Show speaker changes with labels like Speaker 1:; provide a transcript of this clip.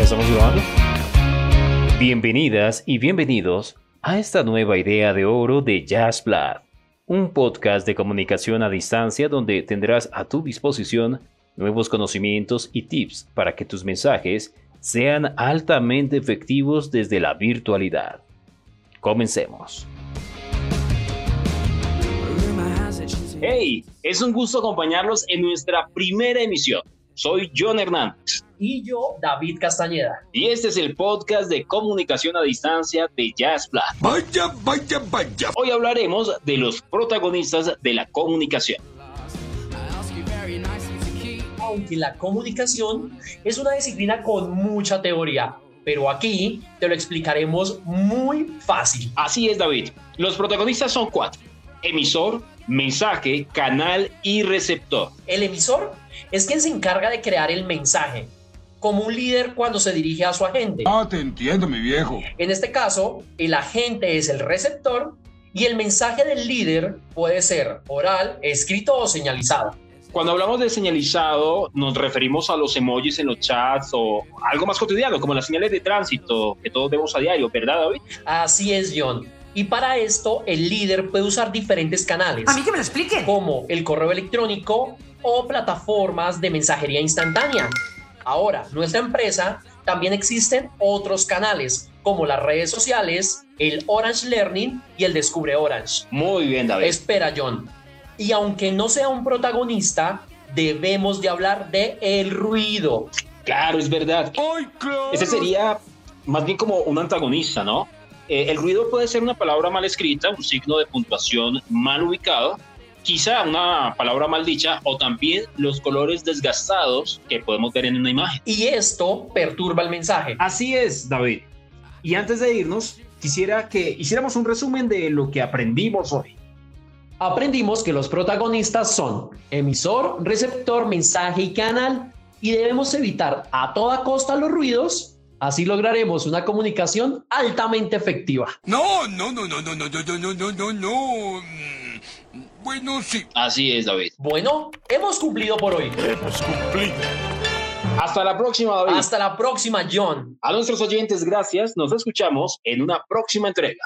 Speaker 1: estamos grabando. Bienvenidas y bienvenidos a esta nueva idea de oro de Jazz Blood, un podcast de comunicación a distancia donde tendrás a tu disposición nuevos conocimientos y tips para que tus mensajes sean altamente efectivos desde la virtualidad. Comencemos. Hey, es un gusto acompañarlos en nuestra primera emisión. Soy John Hernández.
Speaker 2: y yo, David Castañeda.
Speaker 1: Y este es el podcast de comunicación a distancia de Jazz Plus.
Speaker 3: Vaya, vaya, vaya.
Speaker 1: Hoy hablaremos de los protagonistas de la comunicación.
Speaker 2: Aunque la comunicación es una disciplina con mucha teoría, pero aquí te lo explicaremos muy fácil.
Speaker 1: Así es, David. Los protagonistas son cuatro. Emisor, mensaje, canal y receptor.
Speaker 2: El emisor es quien se encarga de crear el mensaje, como un líder cuando se dirige a su agente.
Speaker 3: Ah, te entiendo, mi viejo.
Speaker 2: En este caso, el agente es el receptor y el mensaje del líder puede ser oral, escrito o señalizado.
Speaker 1: Cuando hablamos de señalizado, nos referimos a los emojis en los chats o algo más cotidiano, como las señales de tránsito que todos vemos a diario, ¿verdad, David?
Speaker 2: Así es, John. Y para esto, el líder puede usar diferentes canales.
Speaker 4: A mí que me lo expliquen.
Speaker 2: como el correo electrónico o plataformas de mensajería instantánea. Ahora, nuestra empresa también existen otros canales como las redes sociales, el Orange Learning y el Descubre Orange.
Speaker 1: Muy bien, David.
Speaker 2: Espera, John. Y aunque no sea un protagonista, debemos de hablar de el ruido.
Speaker 1: Claro, es verdad.
Speaker 3: Ay, claro.
Speaker 1: Ese sería más bien como un antagonista, ¿no? Eh, el ruido puede ser una palabra mal escrita, un signo de puntuación mal ubicado, quizá una palabra mal dicha o también los colores desgastados que podemos ver en una imagen.
Speaker 2: Y esto perturba el mensaje.
Speaker 1: Así es, David. Y antes de irnos, quisiera que hiciéramos un resumen de lo que aprendimos hoy.
Speaker 2: Aprendimos que los protagonistas son emisor, receptor, mensaje y canal y debemos evitar a toda costa los ruidos, así lograremos una comunicación altamente efectiva.
Speaker 3: No, no, no, no, no, no, no, no, no, no, no. Mm, Bueno, sí.
Speaker 1: Así es, David.
Speaker 2: Bueno, hemos cumplido por hoy.
Speaker 3: Hemos cumplido.
Speaker 1: Hasta la próxima, David.
Speaker 2: Hasta la próxima, John.
Speaker 1: A nuestros oyentes, gracias. Nos escuchamos en una próxima entrega.